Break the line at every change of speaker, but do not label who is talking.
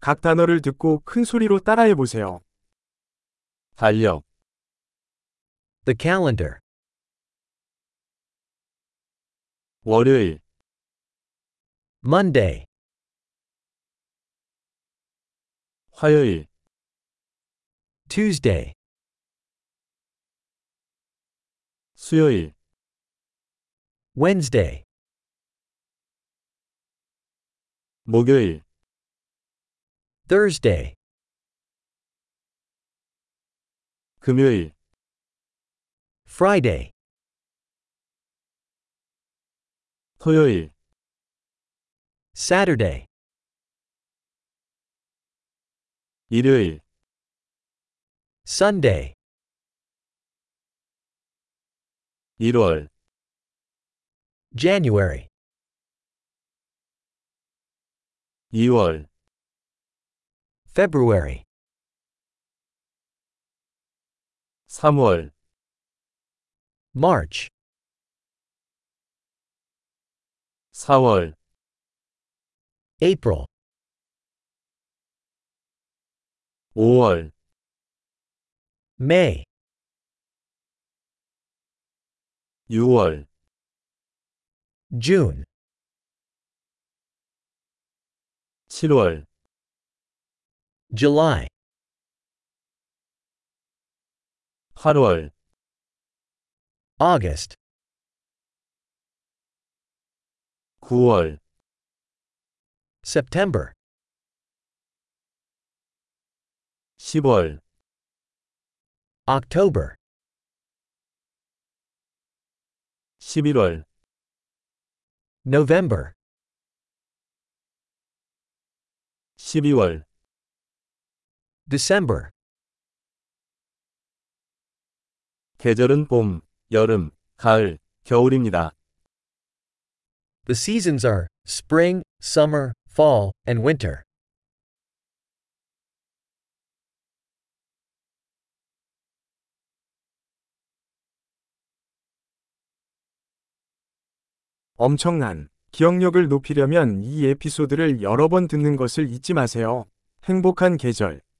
각 단어를 듣고 큰 소리로 따라해 보세요. 달력,
The calendar.
월요일,
Monday.
화요일,
Tuesday.
수요일,
Wednesday.
목요일,
Thursday.
금요일,
Friday.
토요일,
Saturday.
일요일,
Sunday.
1월,
January.
2월,
February.
3월,
March.
4월,
April.
5월,
May.
6월,
June.
7월,
July.
8월,
August.
9월,
September.
10월,
October.
11월,
November.
12월,
December.
계절은 봄, 여름, 가을, 겨울입니다.
The seasons are spring, summer, fall, and winter.
엄청난 기억력을 높이려면 이 에피소드를 여러 번 듣는 것을 잊지 마세요. 행복한 계절